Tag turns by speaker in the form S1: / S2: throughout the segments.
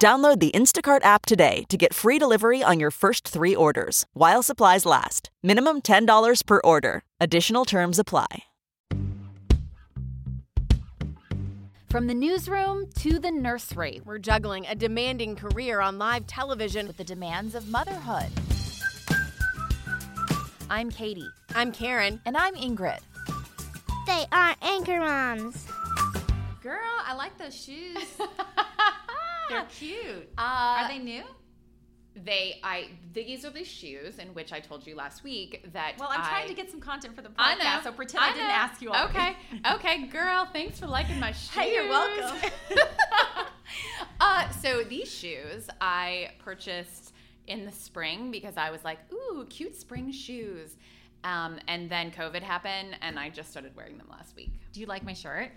S1: Download the Instacart app today to get free delivery on your first three orders while supplies last. Minimum $10 per order. Additional terms apply.
S2: From the newsroom to the nursery,
S3: We're juggling a demanding career on live television.
S2: with the demands of motherhood. I'm Katie.
S3: I'm Karen.
S2: And I'm Ingrid.
S4: They are anchor moms.
S5: Girl, I like those shoes. They're cute.
S2: Uh,
S5: are they new? They, I, these are the shoes in which I told you last week that.
S6: Well, I'm
S5: I-
S6: trying to get some content for the podcast,
S5: I know.
S6: so pretend I, didn't
S5: know.
S6: ask you already.
S5: Okay. Okay, girl. Thanks for liking my shoes.
S6: Hey, you're welcome.
S5: uh, so these shoes I purchased in the spring because I was like, ooh, cute spring shoes. Um, and then COVID happened, and I just started wearing them last week.
S6: Do you like my shirt?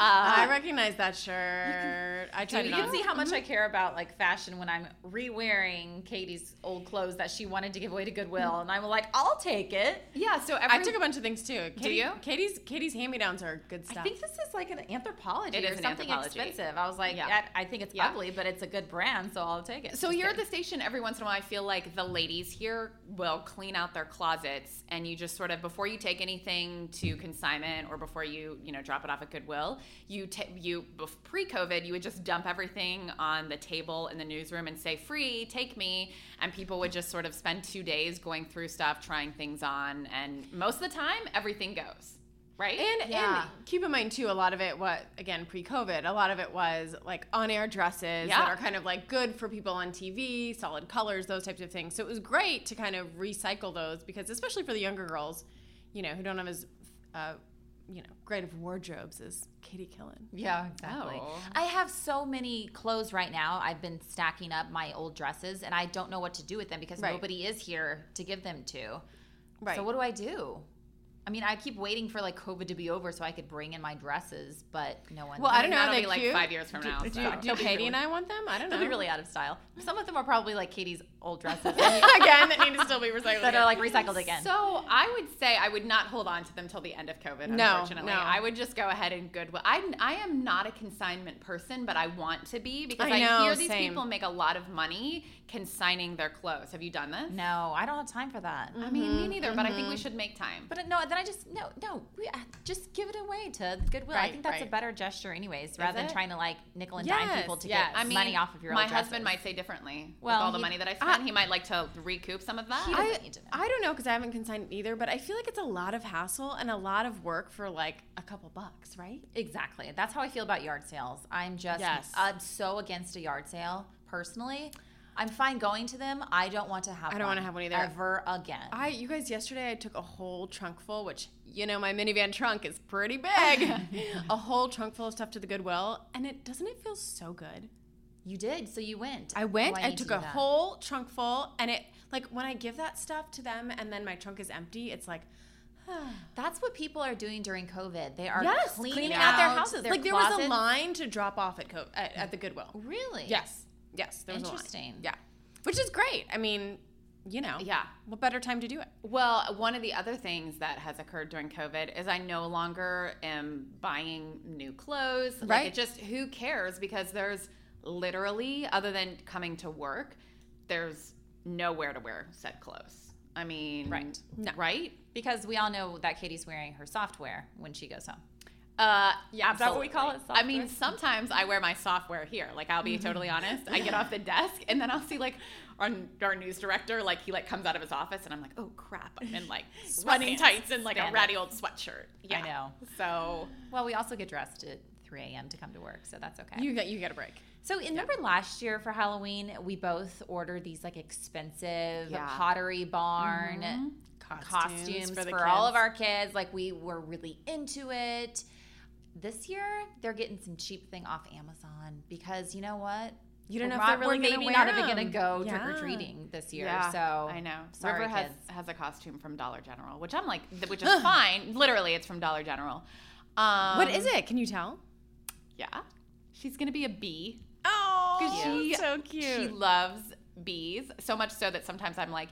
S3: I recognize that shirt. I
S6: So
S3: tried
S6: Uh, you
S3: it
S6: can
S3: on.
S6: see how much I care about like fashion when I'm re-wearing Katie's old clothes that she wanted to give away to Goodwill, and I'm like, I'll take it.
S5: Yeah. So every,
S3: I took a bunch of things too. Katie,
S5: you?
S3: Katie's Katie's hand-me-downs are good stuff.
S6: I think this is like an anthropology
S5: It
S6: or
S5: is an
S6: something
S5: Anthropologie.
S6: expensive. I was like,
S5: Yeah.
S6: I, I think it's
S5: Yeah.
S6: ugly, but it's a good brand, so I'll take it.
S5: So
S6: Just
S5: here at
S6: kidding.
S5: the station, every once in a while, I feel like the ladies here will clean out their closets, and you just sort of before you take anything to consignment or before you you know drop it off at Goodwill, you ta- you bef- pre-COVID, you would just dump everything on the table in the newsroom and say free, take me, and people would just sort of spend two days going through stuff, trying things on, and most of the time, everything goes right.
S3: And
S6: Yeah.
S3: and keep in mind too, a lot of it was again pre-COVID. A lot of it was like on-air dresses
S5: Yeah.
S3: that are kind of like good for people on TV, solid colors, those types of things. So it was great to kind of recycle those because especially for the younger girls, you know, who don't have as uh, you know great of wardrobes as Katie Killen.
S6: Yeah, exactly.
S5: Oh.
S6: I have so many clothes right now. I've been stacking up my old dresses and I don't know what to do with them because
S3: Right.
S6: nobody is here to give them to.
S3: Right.
S6: So what do I do? I mean, I keep waiting for like COVID to be over so I could bring in my dresses, but no one.
S3: Well, I don't know.
S5: That'll
S3: Are they
S5: be like
S3: cute?
S5: five years from now.
S3: Do,
S5: so.
S3: do Katie and I want them? I don't know.
S6: they'll be really out of style. Some of them are probably like Katie's old dresses
S3: again that need to still be recycled.
S6: that
S3: again.
S6: are like recycled again.
S5: So I would say I would not hold on to them till the end of COVID.
S3: No,
S5: unfortunately,
S3: no.
S5: I would just go ahead and goodwill. I I am not a consignment person, but I want to be because I,
S3: I know,
S5: hear these
S3: same.
S5: people make a lot of money consigning their clothes. Have you done this?
S6: no, I don't have time for that.
S3: Mm-hmm.
S5: I mean, me neither. But I think we should make time.
S6: But no, then I just no, no. We, uh, just give it away to Goodwill. I
S3: Right,
S6: think that's a
S3: right.
S6: better gesture, anyways, rather than
S5: it?
S6: trying to like nickel and dime
S3: Yes,
S6: people to
S3: yes.
S6: get
S5: I mean,
S6: money off of your.
S5: my
S6: old dresses.
S5: husband might say differently.
S6: Well,
S5: with all the
S6: he-
S5: money that I spent, he might like to recoup some of that.
S6: He doesn't
S3: I,
S6: need to know.
S3: I don't know because I haven't consigned it either, but I feel like it's a lot of hassle and a lot of work for like a couple bucks, right?
S6: Exactly. That's how I feel about yard sales. I'm just
S3: Yes.
S6: I'm so against a yard sale personally. I'm fine going to them. I don't want to have.
S3: I don't wanna have one either.
S6: ever again.
S3: I, you guys, yesterday I took a whole trunk full, which you know my minivan trunk is pretty big. a whole trunk full of stuff to the Goodwill, and it doesn't it feel so good?
S6: you did, so you went.
S3: I went,
S6: Oh,
S3: I,
S6: need to
S3: took
S6: do
S3: a
S6: that.
S3: whole trunk full, and it like when I give that stuff to them, and then my trunk is empty. It's like
S6: That's what people are doing during COVID. They are
S3: yes,
S6: cleaning,
S3: out their
S6: houses.
S3: houses. like there was a line to drop off at, Co- at at the Goodwill.
S6: Really?
S3: Yes. Yes. There was A
S6: Interesting.
S3: line. Yeah. Which is great. I mean, you know.
S5: Yeah.
S3: What better time to do it?
S5: Well, one of the other things that has occurred during COVID is I no longer am buying new clothes. Like
S3: Right.
S5: it just who cares because there's literally other than coming to work, there's nowhere to wear said clothes. I mean,
S3: Right. No.
S5: Right?
S6: Because we all know that Katie's wearing her softwear when she goes home.
S5: Uh, yeah,
S6: Is that what we call
S5: absolutely.
S6: it,
S5: I mean, sometimes I wear my software here. Like, I'll be totally honest. I get off the desk and then I'll see like our, our news director, like he like comes out of his office and I'm like, oh crap, I'm in like running tights and like a
S6: Spandex.
S5: ratty old sweatshirt. Yeah.
S6: know.
S5: So
S6: Well, we also get dressed at 3 a.m. to come to work, so that's okay.
S3: You get you get a break.
S6: so, in- remember last year for Halloween, we both ordered these like expensive
S5: Yeah.
S6: pottery barn costumes,
S3: Mm-hmm. Costumes
S6: for,
S3: for the
S6: all of
S3: kids.
S6: our kids. Like, we were really into it. This year, they're getting some cheap thing off Amazon because you know what?
S3: You don't know
S6: We're
S3: if they're really
S6: we're
S3: gonna
S6: maybe not
S3: wear them.
S6: even gonna go
S3: Yeah.
S6: trick or treating this year.
S5: Yeah,
S6: so
S5: I know.
S6: Sorry,
S5: River has,
S6: kids.
S5: has a costume from Dollar General, which I'm like, th- which is fine. Literally, it's from Dollar General. Um,
S3: What is it? Can you tell?
S5: Yeah, she's gonna be a bee.
S3: Oh,
S5: She-
S3: so cute.
S5: She loves bees so much so that sometimes I'm like.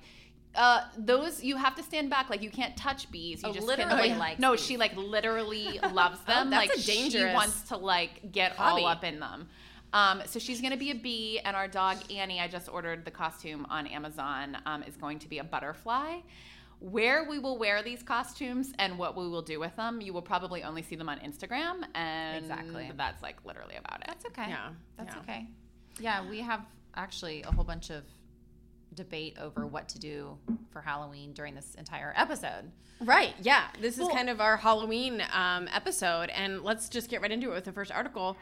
S5: Uh, those you have to stand back, like you can't touch bees. You
S6: Oh,
S5: just
S6: literally
S5: can, like, Oh,
S6: likes
S5: no.
S6: bees.
S5: She like literally loves them.
S3: that's
S5: like
S3: a
S5: she
S3: dangerous
S5: wants to like get
S3: hobby.
S5: all up in them. Um, so she's gonna be a bee, and our dog Annie. I just ordered the costume on Amazon. Um, is going to be a butterfly. Where we will wear these costumes and what we will do with them, you will probably only see them on Instagram, and
S6: Exactly.
S5: that's like literally about it.
S6: That's okay.
S3: Yeah,
S6: That's
S3: yeah.
S6: okay. Yeah, we have actually a whole bunch of debate over what to do for Halloween during this entire episode.
S3: Right. Yeah. This is kind of our Halloween um, episode, and let's just get right into it with the first article.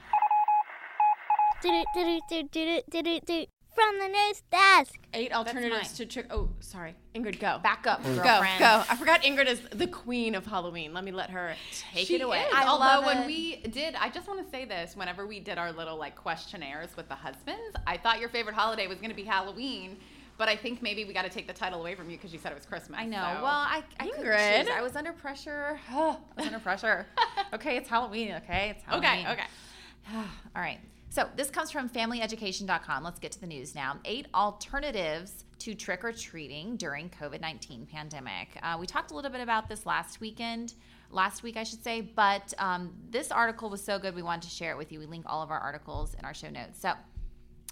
S4: Doot doot doot doot doot doot doot. From the news desk.
S3: Eight alternatives to trick. Oh, sorry, Ingrid, go.
S6: Back up, girlfriend.
S3: Go, go. I forgot Ingrid is the queen of Halloween. Let me let her take
S5: She
S3: it away.
S5: is.
S6: I
S5: Although
S6: love
S5: when
S6: it.
S5: we did, I just want to say this: whenever we did our little like questionnaires with the husbands, I thought your favorite holiday was going to be Halloween, but I think maybe we got to take the title away from you because you said it was Christmas.
S6: I know.
S5: so-
S6: Well, I, I couldn't
S3: Ingrid.
S6: choose. I was under pressure. I was under pressure. okay, it's Halloween. Okay, it's Halloween.
S5: okay, okay.
S6: All right. So this comes from familyeducation.com. Let's get to the news now. Eight alternatives to trick or treating during COVID 19 pandemic. Uh, we talked a little bit about this last weekend, last week, I should say, but um, this article was so good. We wanted to share it with you. We link all of our articles in our show notes. So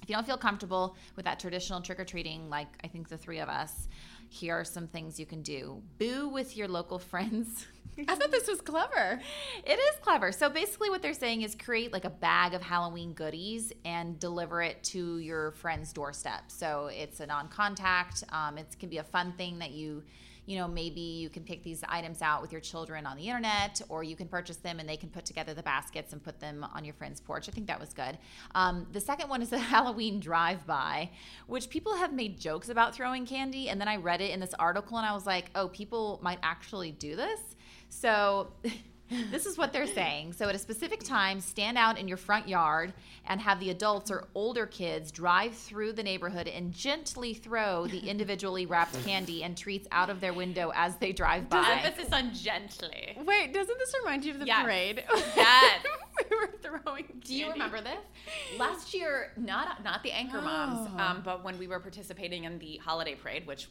S6: if you don't feel comfortable with that traditional trick or treating, like I think the three of us, here are some things you can do. Boo with your local friends.
S3: I thought this was clever.
S6: It is clever. So basically, what they're saying is create like a bag of Halloween goodies and deliver it to your friend's doorstep. So it's a non-contact. Um, it can be a fun thing that you, you know, maybe you can pick these items out with your children on the internet, or you can purchase them and they can put together the baskets and put them on your friend's porch. I think that was good. Um, the second one is the Halloween drive-by, which people have made jokes about throwing candy, and then I read it in this article and I was like, oh, people might actually do this. So this is what they're saying. So at a specific time, stand out in your front yard and have the adults or older kids drive through the neighborhood and gently throw the individually wrapped candy and treats out of their window as they drive by.
S5: Emphasis on gently.
S3: Wait, doesn't this remind you of the
S5: Yes.
S3: parade?
S5: Yes.
S3: we were throwing.
S5: Do you
S3: candy.
S5: remember this? Last year, not not the anchor moms, um, but when we were participating in the holiday parade, which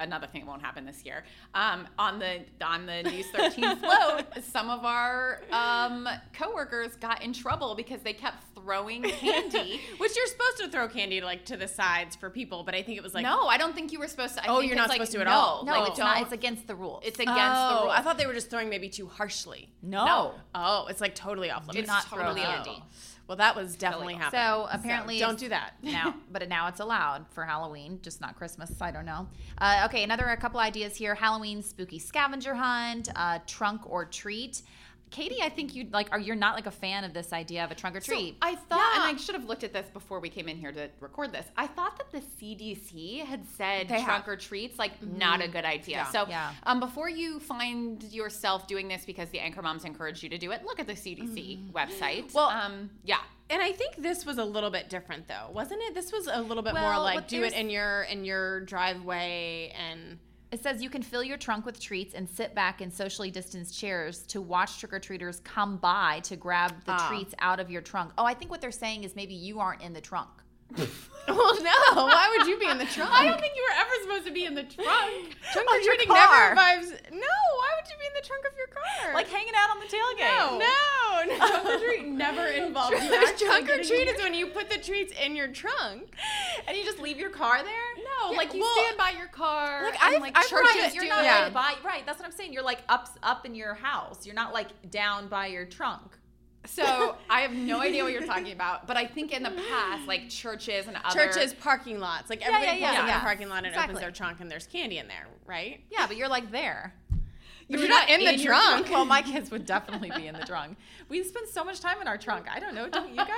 S5: another thing won't happen this year. Um, on the on the News 13 float, some of our um, coworkers got in trouble because they kept throwing candy.
S3: Which you're supposed to throw candy like to the sides for people, but I think it was like
S5: no, I don't think you were supposed to. I
S3: Oh,
S5: think
S3: you're not
S5: it's like,
S3: supposed to at
S5: no,
S3: all.
S6: No,
S5: like,
S6: it's not.
S5: don't-
S6: It's against the rules.
S5: It's against the
S3: Oh,
S5: rule.
S3: I thought they were just throwing maybe too harshly.
S6: No.
S3: Oh, it's like totally off limits. Oh.
S6: not throw
S5: totally
S6: candy.
S5: illegal.
S3: Well, that was definitely
S5: off.
S3: happening.
S6: So apparently,
S3: don't do that.
S6: now, but now it's allowed for Halloween, just not Christmas. I don't know. Uh, okay, another a couple ideas here: Halloween spooky scavenger hunt, uh, trunk or treat. Katie, I think you like. Are you're not like a fan of this idea of a trunk or
S5: So
S6: treat?
S5: I thought, and I should have looked at this before we came in here to record this. I thought that the CDC had said trunk or treats, like not a good idea. So,
S6: Yeah.
S5: um, before you find yourself doing this because the anchor moms encourage you to do it, look at the CDC website. Mm. Well, um, yeah,
S3: And I think this was a little bit different though, wasn't it? This was a little bit
S6: Well,
S3: more like
S6: but
S3: do it
S6: there's-
S3: in your in your driveway and
S6: It says you can fill your trunk with treats and sit back in socially distanced chairs to watch trick or treaters come by to grab the treats out of your trunk. Oh, I think what they're saying is maybe you aren't in the trunk.
S3: Well, no. Why would you be in the trunk?
S5: I don't think you were ever supposed to be in the trunk.
S3: trunk
S6: Of your
S3: treating
S6: car.
S3: never vibes. No. Why would you be in the trunk of your car?
S6: hanging out on the tailgate.
S3: no, no. Trunk or treat never involves
S5: Trunk-
S3: you.
S5: actually
S3: Trunk or
S5: getting
S3: treat
S5: your-
S3: is when you put the treats in your trunk.
S5: And you just leave your car there? No,
S3: Yeah,
S5: like you
S3: well-
S5: stand by your car.
S3: Look,
S5: and,
S3: I've-
S5: like
S3: I've
S5: churches
S3: tried it.
S5: do
S6: You're not
S5: that.
S3: Yeah.
S6: like by right. That's what I'm saying. You're like up up in your house. You're not like down by your trunk.
S5: So I have no idea what you're talking about, but I think in the past, like churches and other
S3: Churches, parking lots. Like everybody
S6: yeah,
S3: pulls
S6: yeah,
S3: in
S6: yeah.
S3: the parking lot and
S6: Exactly.
S3: opens their trunk and there's candy in there, right?
S6: Yeah, but you're like there.
S3: But you're not in the
S6: your
S3: trunk.
S6: Well, my kids would definitely be in the trunk. We spend so much time in our trunk. I don't know, don't you guys?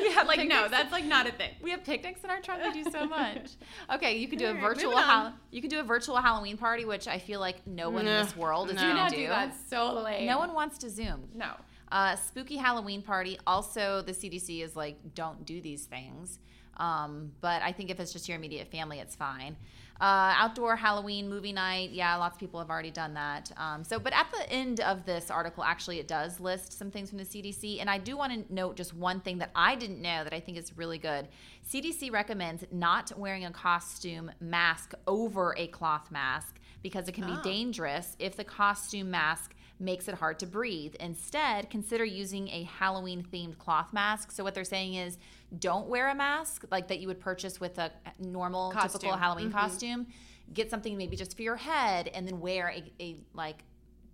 S6: We have
S5: Like no,
S6: picnics-
S5: that's like not a thing.
S6: We have picnics in our trunk. We do so much. Okay, you could do a
S3: Alright,
S6: virtual
S3: moving on.
S6: Hall- you could do a virtual Halloween party, which I feel like no one in
S3: Nah,
S6: this world is
S3: no.
S6: gonna
S5: Do not
S6: do.
S5: do that. So late.
S6: No one wants to Zoom.
S5: No.
S6: Uh, spooky Halloween party. Also, the CDC is like, don't do these things. Um, but I think if it's just your immediate family, it's fine. Uh, outdoor Halloween movie night. Yeah, lots of people have already done that. Um, so, but at the end of this article, actually, it does list some things from the CDC. And I do want to note just one thing that I didn't know that I think is really good. CDC recommends not wearing a costume mask over a cloth mask because it can
S3: Ah.
S6: be dangerous if the costume mask makes it hard to breathe. Instead, consider using a Halloween themed cloth mask. So, what they're saying is don't wear a mask like that you would purchase with a normal, typical
S3: Costume. Mm-hmm.
S6: Halloween costume. Get something maybe just for your head and then wear a, a like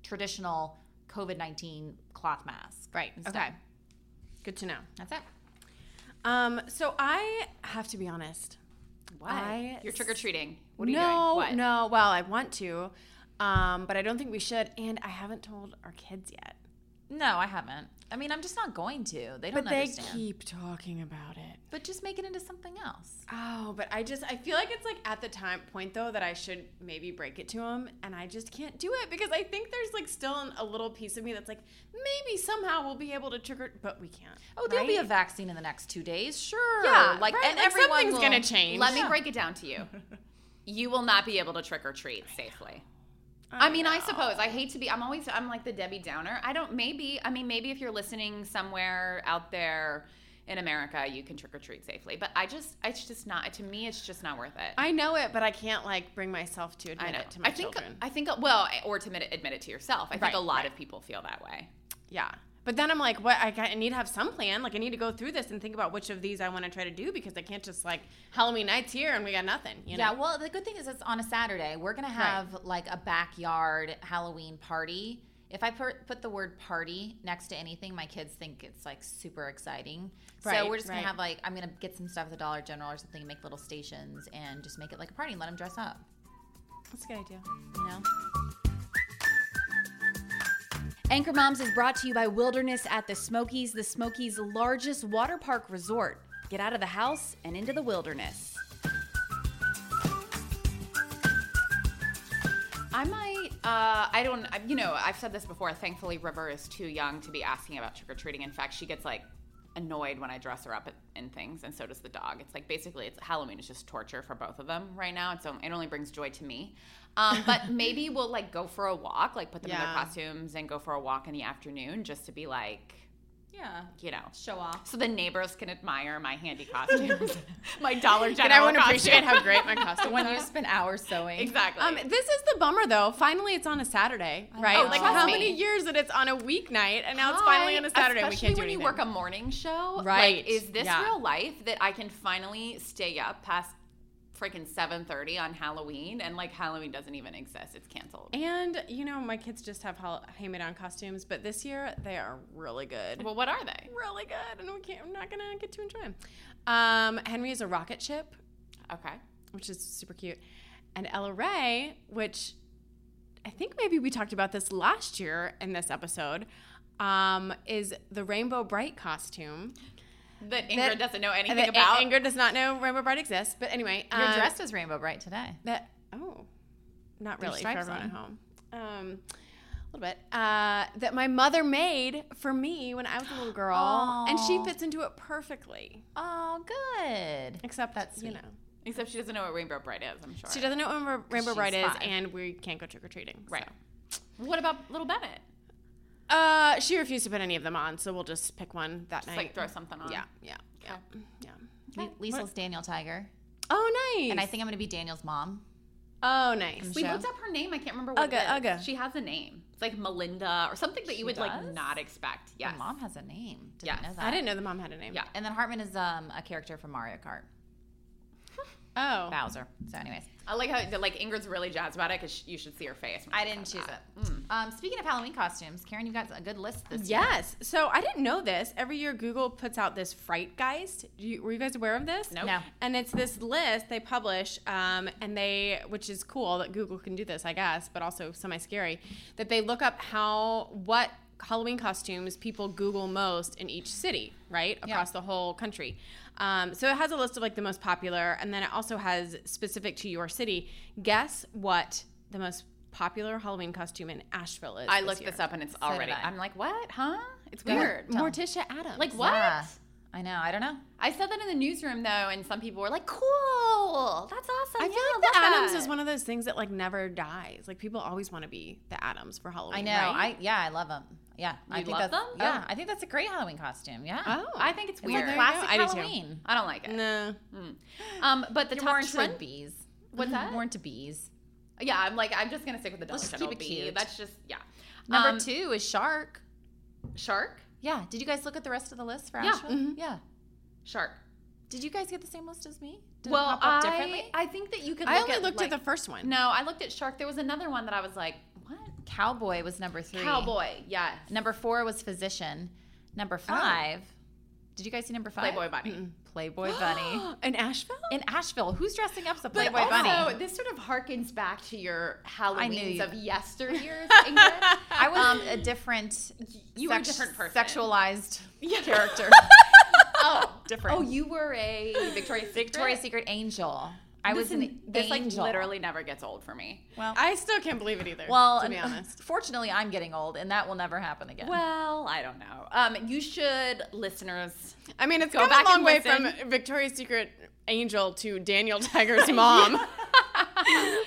S6: traditional COVID 19 cloth mask.
S3: Right.
S6: instead.
S3: Okay. Good to know.
S6: That's it.
S3: Um, so I have to be honest. I
S5: You're trick or treating. What are you
S3: no,
S5: doing? What?
S3: no. Well, I want to, um, but I don't think we should. And I haven't told our kids yet.
S6: No, I haven't. I mean, I'm just not going to. They don't
S3: But they
S6: understand.
S3: keep talking about it.
S6: but just make it into something else.
S3: Oh, but I just I feel like it's like at the time point though that I should maybe break it to him, and I just can't do it because I think there's like still an- a little piece of me that's like maybe somehow we'll be able to trigger, but we can't.
S6: Oh, there'll be a
S3: right?
S6: vaccine in the next two days, sure.
S3: Yeah,
S6: like
S3: right,
S6: and
S3: like,
S6: everyone
S3: something's
S6: will-
S3: gonna change.
S5: Let me break it down to you. You will not be able to trick or treat safely. I, mean, I suppose I hate to be. I'm always. I'm like the Debbie Downer. I don't. Maybe. I mean, maybe if you're listening somewhere out there in America, you can trick or treat safely. But I just. It's just not. To me, it's just not worth it.
S3: I know it, but I can't like bring myself to admit
S5: know.
S3: it to my
S5: I think.
S3: children.
S5: I think. Well, or to admit it, admit it to yourself. I think
S3: Right,
S5: a lot of people feel that way.
S3: yeah, but then I'm like, what? I, ca- I need to have some plan. Like I need to go through this and think about which of these I want to try to do because I can't just like Halloween nights here and we got nothing. You know?
S6: Yeah, well, the good thing is it's on a Saturday. We're gonna have like a backyard Halloween party. If I put put the word party next to anything, my kids think it's like super exciting. so
S3: Right,
S6: we're just
S3: right.
S6: gonna have like I'm gonna get some stuff at the Dollar General or something, make little stations, and just make it like a party and let them dress up.
S3: that's a good idea.
S6: You know.
S7: Anchor Moms is brought to you by Wilderness at the Smokies, the Smokies' largest water park resort. Get out of the house and into the wilderness.
S5: I might. Uh, I don't. I, you know, I've said this before. Thankfully, River is too young to be asking about trick or treating. In fact, she gets like annoyed when I dress her up in- in things, and so does the dog. It's like basically, it's Halloween is just torture for both of them right now, and so it only brings joy to me. Um, but maybe we'll like go for a walk, like put them in
S3: Yeah.
S5: their costumes and go for a walk in the afternoon, just to be like,
S6: Yeah.
S5: you know.
S6: Show off.
S5: So the neighbors can admire my handy costumes, my Dollar General.
S3: And I want to
S5: costume.
S3: appreciate how great my costume
S6: When you spend hours sewing.
S5: exactly.
S3: Um, this is the bummer though. Finally, it's on a Saturday, right?
S5: know.
S3: Oh, like
S5: Trust
S3: how
S5: me.
S3: many years that it's on a weeknight, and now it's finally on a Saturday. and
S5: Especially
S3: we can't do
S5: when
S3: anything.
S5: you work a morning show.
S3: Right.
S5: Like, is this
S3: Yeah.
S5: real life that I can finally stay up past freaking seven thirty on Halloween and like Halloween doesn't even exist. It's canceled.
S3: And you know, my kids just have hol- hand-me-down costumes, but this year they are really good,
S5: well, what are they?
S3: really good, and we can't. I'm not gonna get to enjoy them. Um, Henry is a rocket ship,
S5: Okay.
S3: which is super cute, and Ella Ray, which I think maybe we talked about this last year in this episode, um, is the Rainbow Bright costume.
S5: That Ingrid doesn't know anything
S3: that
S5: about.
S3: Ingrid does not know Rainbow Bright exists, but anyway,
S6: You're
S3: um,
S6: dressed as Rainbow Bright today.
S3: That oh, not really for
S6: stripes
S3: everyone at home. Um, a little bit. Uh, that my mother made for me when I was a little girl, and she fits into it perfectly.
S6: Oh, good.
S3: Except
S6: That's
S3: that's you
S6: sweet.
S3: know
S5: Except she doesn't know what Rainbow Bright is. I'm sure.
S3: she doesn't know what Rainbow- Rainbow
S6: she's
S3: Bright is,
S6: five.
S3: and we can't go trick or treating.
S5: Right. What about little Bennett?
S3: Uh, she refused to put any of them on, so we'll just pick one that
S5: Just
S3: night.
S5: like throw something on.
S3: yeah, yeah, yeah, yeah.
S6: Le- Liesl's Daniel Tiger.
S3: Oh, nice.
S6: And I think I'm gonna be Daniel's mom.
S3: oh, nice.
S5: We
S6: Show.
S5: looked up her name. I can't remember what it
S3: Ugga,
S5: is.
S3: ugga.
S5: She has a name. It's like Melinda or something that you would like
S6: does?
S5: not expect.
S6: Your
S5: Yes.
S6: mom has a name. Didn't
S5: Yes.
S6: know that.
S3: I didn't know the mom had a name.
S5: Yeah.
S6: And then Hartman is um, a character from Mario Kart.
S3: Oh,
S6: Bowser. So, anyways,
S5: I like how that, like Ingrid's really jazzed about it because you should see her face.
S6: I didn't choose it.
S5: Mm.
S6: Um, speaking of Halloween costumes, Karen, you've got a good list this year.
S3: Yes. So I didn't know this. Every year, Google puts out this Frightgeist. Do you, were you guys aware of this?
S5: Nope.
S6: No.
S3: And it's this list they publish, um, and they, which is cool that Google can do this, I guess, but also semi scary, that they look up how what Halloween costumes people Google most in each city, right across the whole country. Um, so it has a list of like the most popular, and then it also has specific to your city. Guess what the most popular Halloween costume in Asheville is?
S5: I
S3: this
S5: looked
S3: year.
S5: this up and it's already.
S6: I.
S5: I'm like, what? Huh? It's
S3: Mor-
S5: weird.
S3: Morticia Adams.
S5: Like what?
S6: Yeah. I know. I don't know.
S5: I said that in the newsroom though, and some people were like, "Cool, that's awesome."
S3: I
S5: yeah,
S3: feel
S5: I
S3: like the
S5: love
S3: Adams
S5: that."
S3: is one of those things that like never dies. Like people always want to be the Adams for Halloween.
S6: I know. I
S3: right?
S6: yeah. I love them. Yeah. I
S5: You
S6: think
S5: love
S6: that's,
S5: them?
S6: Yeah.
S5: Oh.
S6: I think that's a great Halloween costume. Yeah.
S3: Oh.
S5: I think it's
S6: It's like
S5: weird.
S6: classic
S3: I do too.
S6: Halloween.
S5: I don't like it.
S3: no.
S5: Um, but the
S6: You're more
S5: top
S6: into
S5: trend.
S6: bees.
S5: What's that?
S6: More into Mm-hmm. bees.
S5: Yeah, I'm like, I'm just gonna stick with the Dollar
S6: Let's just
S5: General
S6: keep it
S5: bee.
S6: cute.
S5: That's just yeah.
S6: Number
S5: Um,
S6: two is shark.
S5: shark,
S6: Yeah. Did you guys look at the rest of the list for
S5: Yeah. Mm-hmm.
S6: Asheville? Yeah.
S5: shark.
S6: Did you guys get the same list as me? Did
S5: well,
S6: it pop up
S5: I
S6: differently?
S5: I think that you could.
S3: I
S5: look
S3: only
S5: at,
S3: looked
S5: like,
S3: at the first one.
S5: No, I looked at shark. There was another one that I was like, what?
S6: Cowboy was number three.
S5: Cowboy. Yeah.
S6: Number four was physician. Number five. Did you guys see number five?
S5: Oh. Playboy bunny.
S6: Playboy bunny.
S3: in Asheville.
S6: In Asheville, who's dressing up as a
S5: But
S6: Playboy
S5: also,
S6: bunny?
S5: this sort of harkens back to your
S6: you-
S5: Halloweens of yesteryears, Ingrid.
S6: I was a different,
S5: Um, you were a different person.
S6: sexualized character.
S5: oh,
S6: different.
S5: Oh, you were a Victoria's Secret.
S6: Victoria's Secret angel. I was an
S5: This like
S6: angel.
S5: literally never gets old for me. Um,
S3: I still can't believe it either.
S6: Well,
S3: to be
S6: and-
S3: honest,
S6: fortunately, I'm getting old, and that will never happen again.
S5: Well, I don't know. Um, you should, listeners.
S3: I mean it's
S5: Go
S3: gone
S5: back
S3: a long
S5: and
S3: way
S5: listen.
S3: from Victoria's Secret angel to Daniel Tiger's mom.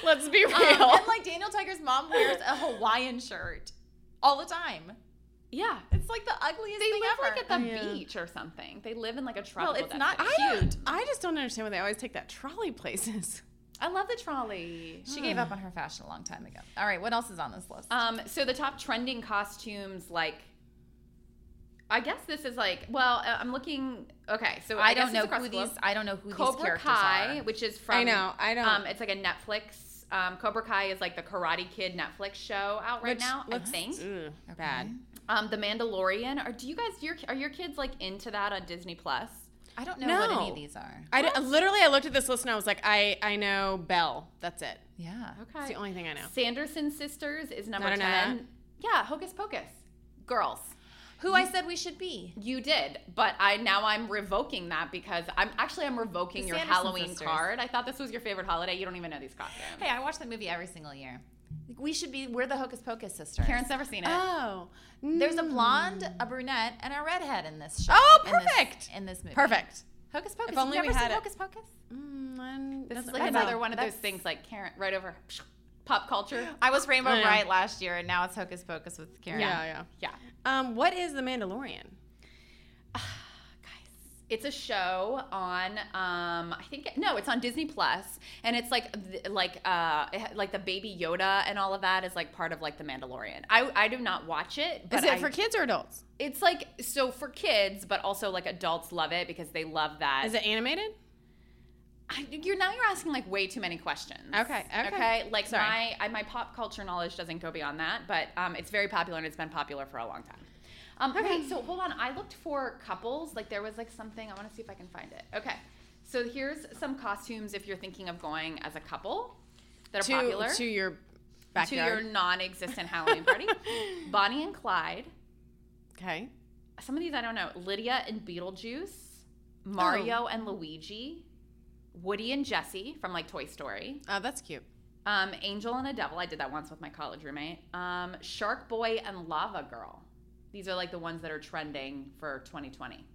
S3: Let's be real.
S6: and like Daniel Tiger's mom wears a Hawaiian shirt all the time.
S5: Yeah,
S6: It's like the ugliest
S5: they
S6: thing
S5: live
S6: ever.
S5: like at the
S3: Yeah.
S5: beach or something. They live in like a
S6: well,
S5: tropical.
S6: it's not
S5: desert.
S6: cute.
S3: I just don't understand why they always take that trolley places.
S5: I love the trolley.
S6: She gave up on her fashion a long time ago. All right, what else is on this list?
S5: Um, so the top trending costumes, like, I guess this is like, well, I- I'm looking. Okay, so I,
S6: I don't
S5: guess it's
S6: know
S5: across
S6: who
S5: the globe.
S6: these. I don't know who these
S5: Cobra
S6: characters
S5: Kai,
S6: are.
S5: which is from.
S3: I know, I don't-
S5: Um, it's like a Netflix. Um, Cobra Kai is like the Karate Kid Netflix show out right now. I think.
S3: Ugh, bad.
S5: Um, the Mandalorian. Are do you guys do your are your kids like into that on Disney Plus?
S6: I don't know what any
S3: No.
S6: of these are.
S3: I d- literally I looked at this list and I was like, I I know Belle. That's it.
S6: Yeah.
S5: Okay,
S3: That's the only thing I know.
S5: Sanderson sisters is number
S3: I don't know
S5: ten. Yeah, Hocus Pocus, girls.
S6: Who I said we should be.
S5: You did, but I now I'm revoking that because I'm actually I'm revoking
S6: The
S5: your
S6: Sanderson
S5: Halloween
S6: sisters.
S5: card. I thought this was your favorite holiday. You don't even know these costumes.
S6: Hey, I watch that movie every single year. We should be. We're the Hocus Pocus sisters.
S5: Karen's never seen it.
S6: um,
S3: Oh,
S6: There's a blonde, a brunette, and a redhead in this show.
S3: Oh,
S6: in this-
S3: perfect.
S6: In this, movie.
S3: perfect.
S6: Hocus Pocus.
S3: If only
S6: You've
S3: we
S6: never
S3: had
S6: seen
S3: it.
S6: Hocus Pocus?
S3: Mm, I'm-
S5: this
S3: that's-
S5: is like
S3: that's-
S5: another one of those
S6: That's-
S5: things like Karen right over pop culture.
S6: I was Rainbow
S3: I know.
S6: Bright last year, and now it's Hocus Pocus with Karen.
S3: Yeah, yeah.
S5: Yeah.
S3: Um, what is the Mandalorian?
S5: It's a show on, um, I think no, it's on Disney Plus, and it's like, th- like, uh, it ha- like the Baby Yoda and all of that is like part of like the Mandalorian. I, I do not watch it, but
S3: Is it
S5: I-
S3: for kids or adults?
S5: It's like so for kids, but also like adults love it because they love that.
S3: Is it animated?
S5: I, you're now you're asking like way too many questions.
S3: Okay, okay.
S5: Like
S3: Sorry.
S5: my I, my pop culture knowledge doesn't go beyond that, but um, it's very popular and it's been popular for a long time. Um, okay, so hold on. I looked for couples. Like there was like something. I want to see if I can find it. Okay, so here's some costumes if you're thinking of going as a couple that are
S3: To
S5: popular
S3: to your
S5: to
S3: backyard.
S5: your non-existent Halloween party. Bonnie and Clyde.
S3: okay.
S5: Some of these I don't know. Lydia and Beetlejuice.
S6: Oh.
S5: Mario and Luigi. Woody and Jesse from like Toy Story.
S3: Oh, that's cute.
S5: Um, Angel and a Devil. I did that once with my college roommate. Um, Shark Boy and Lava Girl. These are like the ones that are trending for 2020.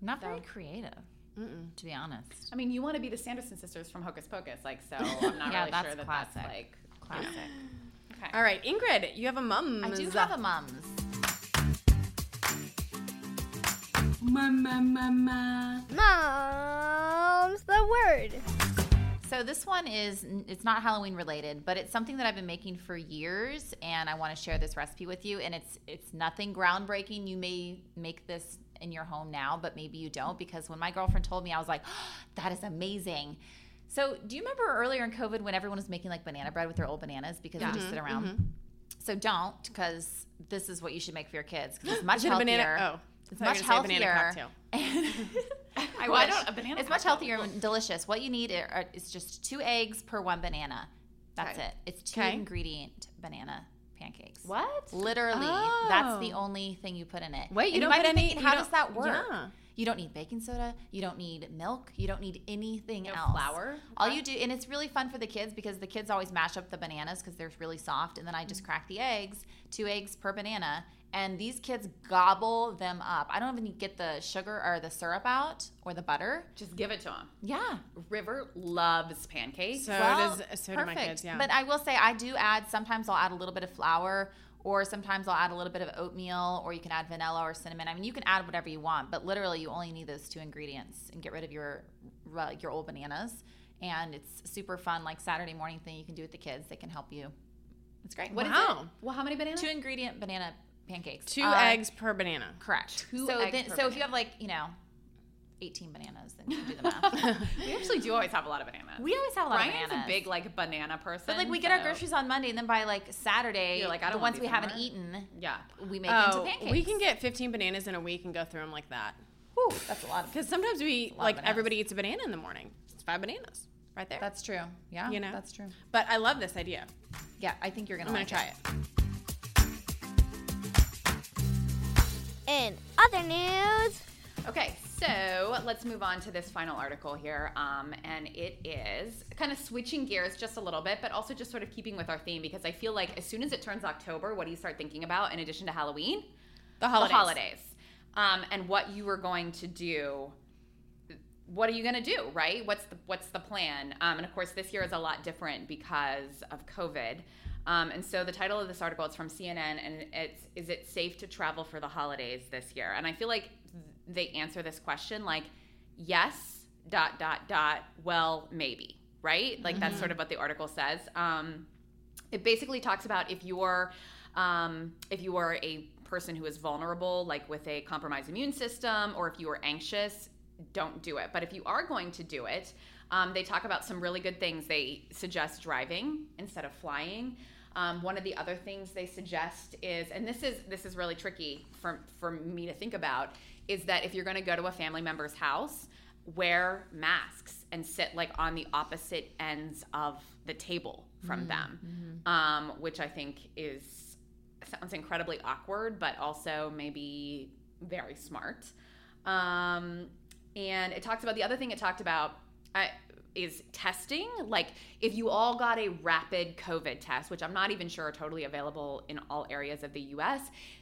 S6: Not very creative, to be honest.
S5: I mean, you want to be the Sanderson sisters from Hocus Pocus, like so. I'm not
S6: Yeah,
S5: really
S6: that's
S5: sure that
S6: classic.
S5: that's like.
S6: Classic.
S3: All right, Ingrid, you have a mum.
S6: I do have a mum's.
S3: mama, mama.
S4: Mom's the word.
S6: So this one is it's not Halloween related, but it's something that I've been making for years and I want to share this recipe with you and it's it's nothing groundbreaking. You may make this in your home now, but maybe you don't because when my girlfriend told me I was like, "That is amazing." So, do you remember earlier in COVID when everyone was making like banana bread with their old bananas because they just sit
S3: Mm-hmm.
S6: around? So don't because this is what you should make for your kids because it's much
S3: it a
S6: healthier.
S3: banana- oh.
S6: it's
S3: I thought
S6: much
S3: you were gonna say
S6: healthier.
S3: banana cocktail.
S6: I
S5: Well, I
S6: wish.
S5: don't- a banana
S6: It's much
S5: cocktail.
S6: healthier and delicious. What you need are, are- is just two eggs per one banana. That's
S5: Okay.
S6: it. It's two
S3: Okay.
S6: ingredient banana pancakes.
S5: What?
S6: Literally, that's the
S3: Oh.
S6: only thing you put in it.
S3: Wait, you
S6: And
S3: don't
S6: might
S3: put
S6: be
S3: any-
S6: thinking,
S3: you
S6: How does
S3: don't-
S6: that work?
S3: Yeah.
S6: You don't need baking soda. You don't need milk. You don't need anything
S5: No
S6: else.
S5: flour?
S6: All you do, and it's really fun for the kids because the
S3: Mm.
S6: kids always mash up the bananas because they're really soft, and then I just crack the eggs, two eggs per banana, and these kids gobble them up. I don't even get the sugar or the syrup out or the butter.
S5: Just give it to them.
S6: Yeah.
S5: River loves pancakes.
S3: So does so do my
S6: perfect.
S3: kids. Yeah.
S6: But I will say I do add sometimes I'll add a little bit of flour or sometimes I'll add a little bit of oatmeal or you can add vanilla or cinnamon. I mean, you can add whatever you want, but literally you only need those two ingredients and get rid of your uh, your old bananas and it's super fun like Saturday morning thing you can do with the kids. They can help you. It's great. What is
S3: wow.
S5: well, how many bananas?
S6: Two ingredient banana pancakes.
S3: Two
S6: Uh,
S3: eggs per banana.
S6: Correct.
S5: Two
S6: so
S5: eggs
S6: then,
S5: per
S6: so if
S5: banana.
S6: you have like, you know, 18 bananas, then you can do the math.
S5: We actually do always have a lot of bananas.
S6: we always have a lot of
S5: Ryan's
S6: bananas.
S5: a big like banana person.
S6: But like we get our
S5: so-
S6: groceries on Monday, and then by like Saturday,
S5: You're like, I
S6: the
S5: don't want
S6: ones we
S5: these
S6: haven't eaten,
S5: anymore. Yeah.
S6: we make into
S3: Oh,
S6: pancakes.
S3: we can get 15 bananas in a week and go through them like that.
S6: Whew, that's a lot. Of,
S3: Because sometimes we
S6: lot of
S3: like
S6: bananas.
S3: everybody eats a banana in the morning. It's five bananas right there.
S6: that's true. Yeah,
S3: you know
S6: that's true.
S3: But I love this idea.
S6: Yeah, I think you're gonna.
S3: I'm gonna
S6: like
S3: try it.
S4: In other news,
S5: Okay, so let's move on to this final article here. Um, and it is kind of switching gears just a little bit, but also just sort of keeping with our theme because I feel like as soon as it turns October, what do you start thinking about in addition to Halloween?
S3: The holidays.
S5: The holidays. Um, and what you are going to do. What are you going to do, right? What's the what's the plan? Um, and of course, this year is a lot different because of COVID. Um, and so the title of this article is from CNN, and it's "Is it safe to travel for the holidays this year?" And I feel like they answer this question like, "Yes, dot dot dot. Well, maybe, right? Like that's sort of what the article says." Um, it basically talks about if you're um, if you are a person who is vulnerable like with a compromised immune system or if you are anxious don't do it but if you are going to do it um, they talk about some really good things they suggest driving instead of flying um, one of the other things they suggest is and this is this is really tricky for, for me to think about is that if you're going to go to a family member's house wear masks and sit like on the opposite ends of the table from them, um, which I think is sounds incredibly awkward, but also maybe very smart. Um, and it talks about the other thing it talked about uh, is testing. Like if you all got a rapid COVID test, which I'm not even sure are totally available in all areas of the U.S.,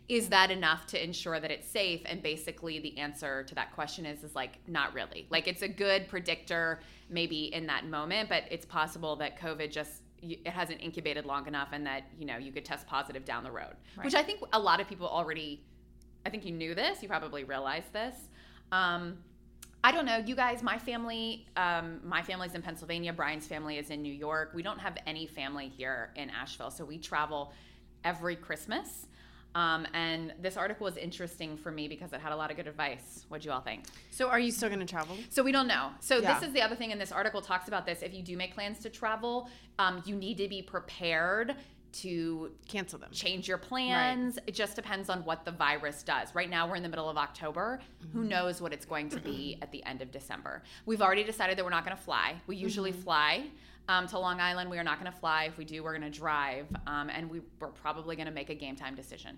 S5: is that enough to ensure that it's safe? And basically, the answer to that question is is like not really. Like it's a good predictor maybe in that moment, but it's possible that COVID just you- it hasn't incubated long enough and that you know you could test positive down the road which i think a lot of people already i think you knew this you probably realized this um, i don't know you guys my family um, my family's in pennsylvania brian's family is in new york we don't have any family here in asheville so we travel every christmas um, and this article was interesting for me because it had a lot of good advice what do you all think
S3: So are you still gonna travel?
S5: so we don't know. So
S3: Yeah.
S5: this is the other thing, and this article talks about this. If you do make plans to travel, um, you need to be prepared to
S3: Cancel them.
S5: change your plans. It just depends on what the virus does. Right now, we're in the middle of October. Who knows what it's going to be at the end of December? We've already decided that we're not going to fly. We usually fly um, to Long Island. We are not going to fly. If we do, we're going to drive, um, and we, we're probably going to make a game time decision.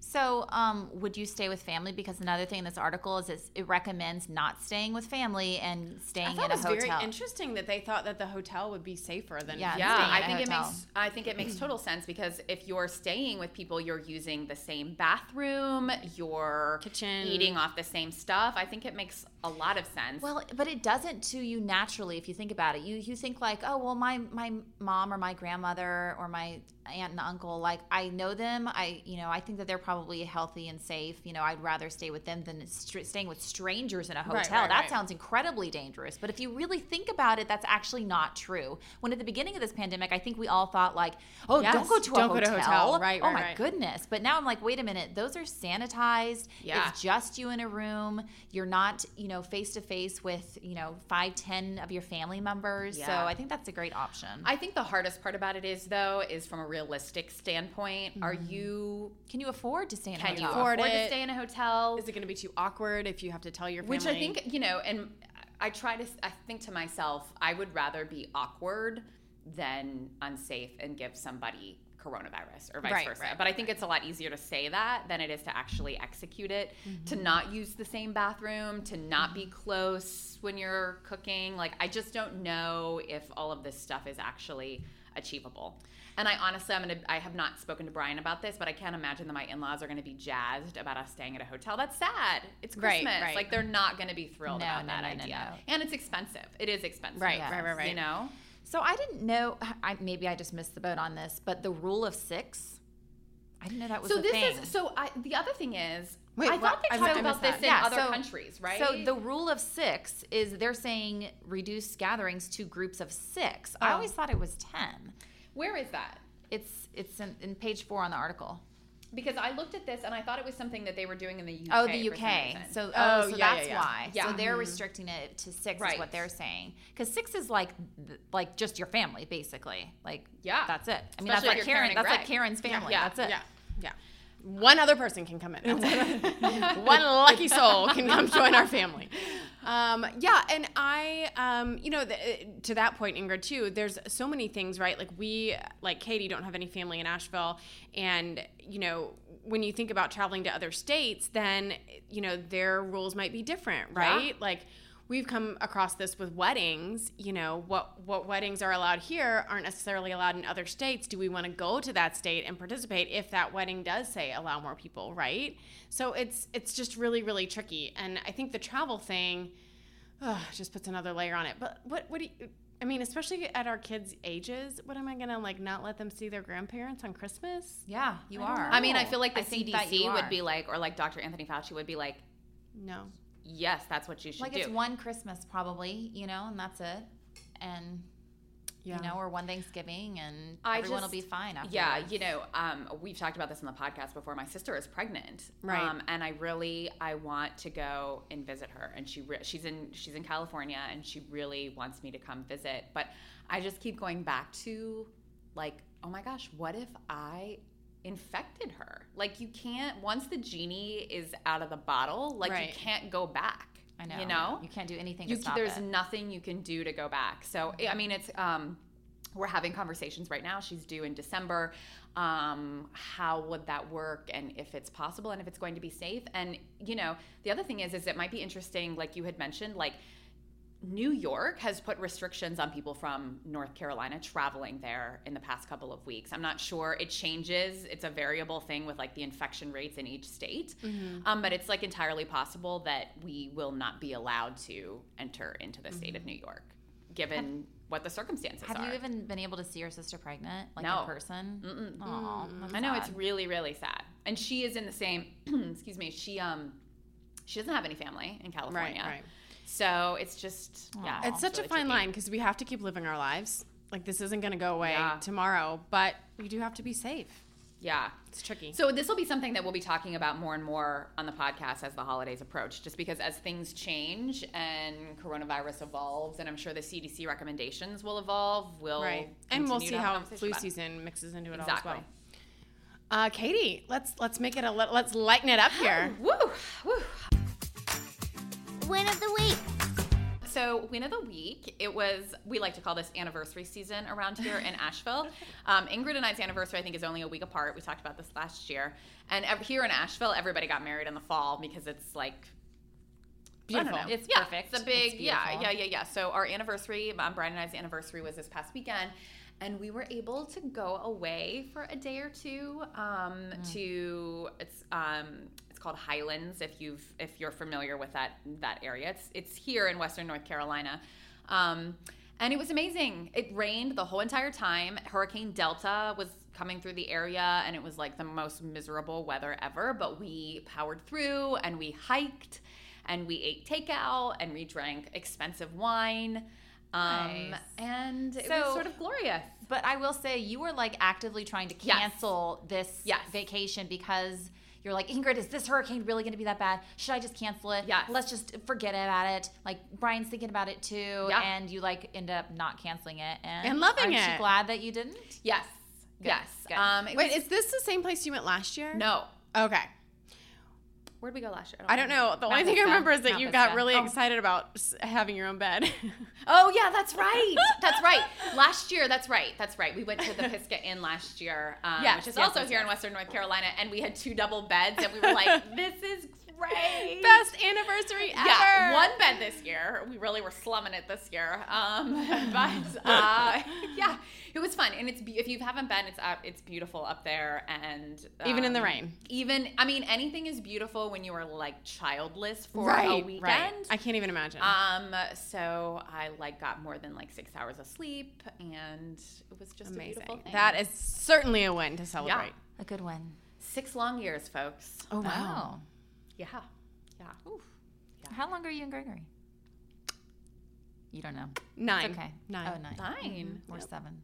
S6: So, um, would you stay with family? Because another thing in this article is it's, it recommends not staying with family and
S3: I
S6: staying
S3: thought
S6: in
S3: it
S6: a
S3: was
S6: hotel.
S3: very interesting that they thought that the hotel would be safer than
S6: Yeah.
S5: Yeah,
S6: staying
S5: I
S6: in a
S5: think it
S6: hotel.
S5: makes I think it makes total sense because if you're staying with people, you're using the same bathroom, you're
S3: Kitchen.
S5: eating off the same stuff. I think it makes a lot of sense.
S6: Well, but it doesn't to you naturally if you think about it. You you think like, oh well, my my mom or my grandmother or my aunt and uncle, like I know them. I you know I think that they're probably healthy and safe. You know, I'd rather stay with them than str staying with strangers in a hotel.
S3: right,
S6: that
S3: right.
S6: sounds incredibly dangerous. But if you really think about it, that's actually not true. When at the beginning of this pandemic, I think we all thought like, oh, don't
S3: Yes,
S6: go to a
S3: don't go
S6: hotel.
S3: to a hotel. Right,
S6: oh
S3: right,
S6: my
S3: right.
S6: goodness. But now I'm like, wait a minute, those are sanitized.
S5: Yeah.
S6: It's just you in a room. You're not, you know, face to face with, you know, five, ten of your family members. So
S5: Yeah.
S6: I think that's a great option.
S5: I think the hardest part about it is though is from a realistic standpoint, are you
S6: can you afford to stay in a
S5: can you
S6: hotel?
S5: afford, to
S3: it?
S5: stay in a hotel?
S3: Is it gonna be too awkward if you have to tell your family?
S5: Which I think, you know, and I try to, I think to myself, I would rather be awkward than unsafe and give somebody coronavirus or vice
S6: Right,
S5: versa.
S6: right,
S5: but I think it's a lot easier to say that than it is to actually execute it,
S6: Mm-hmm.
S5: to not use the same bathroom, to not be close when you're cooking. Like, I just don't know if all of this stuff is actually achievable. And I honestly, I'm gonna, I have not spoken to Brian about this, but I can't imagine that my in-laws are gonna be jazzed about us staying at a hotel. That's sad. It's
S3: Right,
S5: Christmas.
S3: right.
S5: Like they're not gonna be thrilled
S6: No,
S5: about
S6: no,
S5: that
S6: no, no,
S5: idea.
S6: no.
S5: And it's expensive. It is expensive.
S3: Right,
S6: Yes.
S3: right, right, right.
S5: You know.
S6: So I didn't know. I, maybe I just missed the boat on this, but the rule of six. I didn't know that was
S5: So
S6: a
S5: this
S6: thing.
S5: is so. I, the other thing is,
S3: Wait,
S5: I
S3: what?
S5: thought they
S3: I
S5: talked
S3: missed- I
S5: about
S3: missed
S5: this
S3: that.
S5: in other countries, right?
S6: So the rule of six is they're saying reduce gatherings to groups of six. I always thought it was ten.
S5: where is that?
S6: It's it's in, in page four on the article.
S5: Because I looked at this and I thought it was something that they were doing in the UK.
S6: Oh, the
S5: for some
S6: UK.
S5: reason.
S6: So,
S3: Oh,
S6: oh, so
S3: yeah, yeah,
S6: that's
S3: yeah.
S6: why.
S5: Yeah. Mm-hmm.
S6: So they're restricting it to six is
S5: Right.
S6: what they're saying. Because six is like, th- like just your family, basically. Like,
S5: Yeah.
S6: that's it. I mean,
S5: Especially if
S6: that's like
S5: you're Karen
S6: Karen.
S5: and
S6: that's like
S5: Greg.
S6: Karen's family.
S3: Yeah,
S6: that's it.
S3: Yeah, yeah. One other person can come in. One lucky soul can come join our family. Um, yeah, and I, um, you know, th- to that point, Ingrid, too. There's so many things, right? Like we, like Katie, don't have any family in Asheville, and you know, when you think about traveling to other states, then you know their rules might be different, right? Like we've come across this with weddings you know what what weddings are allowed here aren't necessarily allowed in other states do we want to go to that state and participate if that wedding does say allow more people right so it's it's just really really tricky and i think the travel thing ugh, just puts another layer on it but what what do you I mean, especially at our kids' ages, what am I gonna like? Not let them see their grandparents on Christmas?
S6: Yeah, you are.
S5: I mean, I feel like the
S6: I think that you
S5: CDC would
S6: are.
S5: be like, or like Dr. Anthony Fauci would be like,
S3: No.
S5: yes, that's what you should
S6: like
S5: do.
S6: it's one Christmas probably, you know, and that's it. And
S3: Yeah.
S6: you know, or one Thanksgiving, and
S5: I
S6: everyone
S5: just-
S6: will be fine. Afterwards.
S5: yeah, you know, um, we've talked about this on the podcast before. My sister is pregnant,
S3: Right.
S5: Um, and I really, I want to go and visit her. And she, re- she's in, she's in California, and she really wants me to come visit. But I just keep going back to, like, oh my gosh, what if I infected her? Like, you can't. Once the genie is out of the bottle, like
S3: Right.
S5: you can't go back.
S6: I know.
S5: You know,
S6: you can't do anything.
S5: you,
S6: to stop
S5: there's
S6: it.
S5: nothing you can do to go back. So I mean, it's um, we're having conversations right now. She's due in December. Um, how would that work, and if it's possible, and if it's going to be safe, and you know, the other thing is, is it might be interesting, like you had mentioned, like. New York has put restrictions on people from North Carolina traveling there in the past couple of weeks. I'm not sure. It changes. It's a variable thing with like the infection rates in each state.
S6: Mm-hmm.
S5: Um, but it's like entirely possible that we will not be allowed to enter into the state of New York given what the circumstances
S6: Mm-hmm. Have
S5: are.
S6: you even been able to see your sister pregnant, like
S5: No. Mm.
S6: in person?
S5: Mm-mm.
S6: Aw, that's
S5: I know
S6: sad.
S5: it's really really sad. And she is in the same excuse me, she um she doesn't have any family in California.
S3: right.
S5: So it's just yeah.
S3: It's such a
S5: really
S3: fine
S5: tricky.
S3: line because we have to keep living our lives. Like this isn't going to go away
S5: Yeah.
S3: tomorrow, but we do have to be safe.
S5: Yeah.
S3: It's tricky.
S5: So this will be something that we'll be talking about more and more on the podcast as the holidays approach, just because as things change and coronavirus evolves, and I'm sure the CDC recommendations will evolve. We'll
S3: right, and we'll see
S5: continue to have a
S3: how
S5: conversation
S3: flu
S5: about it.
S3: season mixes into it
S5: Exactly.
S3: all as well. Uh, Katie, let's let's make it a little. Let's lighten it up here.
S5: Woo, woo.
S4: Win of the week.
S5: So win of the week, it was we like to call this anniversary season around here in Asheville. Um, Ingrid and I's anniversary, I think, is only a week apart. We talked about this last year, and ev- here in Asheville, everybody got married in the fall because it's like
S3: Beautiful.
S5: I don't know. It's perfect. It's a big, yeah, yeah, yeah, yeah. So our anniversary, um, Brian and I's anniversary was this past weekend, and we were able to go away for a day or two um, to it's um, it's called Highlands. If you've if you're familiar with that that area, it's it's here in Western North Carolina. Um, and it was amazing. It rained the whole entire time. Hurricane Delta was coming through the area, and it was like the most miserable weather ever. But we powered through and we hiked and we ate takeout and we drank expensive wine. Um,
S6: Nice.
S5: And it was
S6: So-
S5: sort of glorious.
S6: But I will say you were like actively trying to
S5: Yes.
S6: cancel this
S5: Yes.
S6: vacation because you're like, Ingrid, is this hurricane really going to be that bad? Should I just cancel it?
S5: Yes.
S6: Let's just forget about it. Like Brian's thinking about it too,
S5: Yeah.
S6: and you like end up not canceling it and,
S3: And loving
S6: aren't
S3: it.
S6: you glad that you didn't?
S5: Yes. Yes.
S6: Good.
S5: Um, it
S3: Wait,
S5: was-
S3: is this the same place you went last year?
S5: no.
S3: Okay.
S5: Where'd we go last year?
S3: I don't know. The only thing I
S6: Vista.
S3: remember is that
S6: Not
S3: you
S6: Vista.
S3: got really
S6: Oh.
S3: excited about s- having your own bed.
S5: Oh yeah, that's right. that's right. Last year, that's right. That's right. We went to the Pisgah Inn last year, um,
S6: Yes,
S5: which is
S6: yes,
S5: also
S6: yes,
S5: here in
S6: yes.
S5: Western North Carolina, and we had two double beds, and we were like, "This is great."
S3: Best anniversary ever.
S5: Yeah, one bed this year. We really were slumming it this year. Um, but uh, yeah, It was fun, and it's be- if you haven't been, it's up, it's beautiful up there, and
S3: Even in the
S5: um,
S3: rain.
S5: Even I mean, anything is beautiful when you are like childless for a weekend.
S3: I can't even imagine.
S5: Um, so I like got more than like six hours of sleep, and it was just a beautiful
S3: Amazing.
S5: thing.
S3: That is certainly a win to celebrate.
S6: A good one.
S5: six long years, folks.
S3: Oh wow.
S6: Wow.
S5: Yeah, yeah.
S6: How long are you and Gregory? You don't know.
S3: Nine.
S6: It's okay.
S3: Nine.
S6: Oh, nine.
S5: Fine.
S6: Or seven.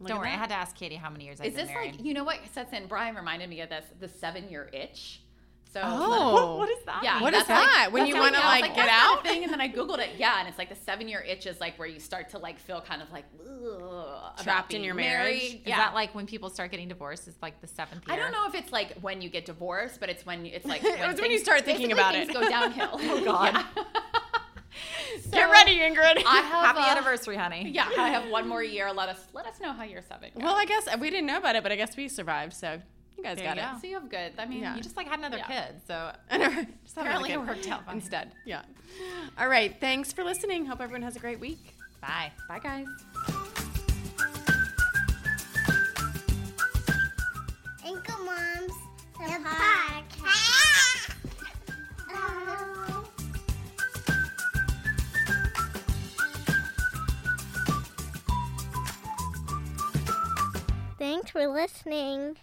S3: Look
S6: don't
S3: at
S6: worry. I
S3: that.
S6: had to ask Katie how many years
S5: Is
S6: I've been
S5: this
S6: married.
S5: like you know what sets in? Brian reminded me of this the seven year itch. So
S3: Oh.
S6: what is that?
S5: Yeah,
S3: What is
S5: that's like-
S3: that? when
S5: that's
S3: you
S5: how-
S3: want to
S5: yeah, I was
S3: like, get
S5: "What's that
S3: out?
S5: thing, and then I googled it. Yeah, and it's like the seven year itch is like where you start to like feel kind of like ugh, about
S3: Trapped in
S5: being
S3: your marriage?
S5: married.
S6: Is
S5: Yeah.
S6: that like when people start getting divorced? It's like the seventh year.
S5: I don't know if it's like when you get divorced, but it's when it's like
S3: It's when you start thinking
S5: basically
S3: about
S5: things
S3: it.
S5: Go downhill. oh
S6: God.
S3: Get ready, Ingrid.
S5: I have
S6: Happy
S5: uh,
S6: anniversary, honey.
S5: Yeah, I have one more year. Let us let us know how you're seven. goes.
S3: well, I guess we didn't know about it, but I guess we survived, so you guys
S6: There
S3: got
S6: you
S3: it.
S6: go.
S5: so you have good. I mean,
S3: Yeah.
S5: you
S6: You just
S5: just
S6: like had another
S5: Yeah.
S6: kid, so
S3: I know, right? Just have another
S6: Apparently it
S3: kid
S6: worked out fine.
S3: Instead, yeah. All right. Thanks for listening. Hope everyone has a great week.
S6: bye.
S5: bye guys.
S4: Uncle Mom's the, podcast. Thanks for listening.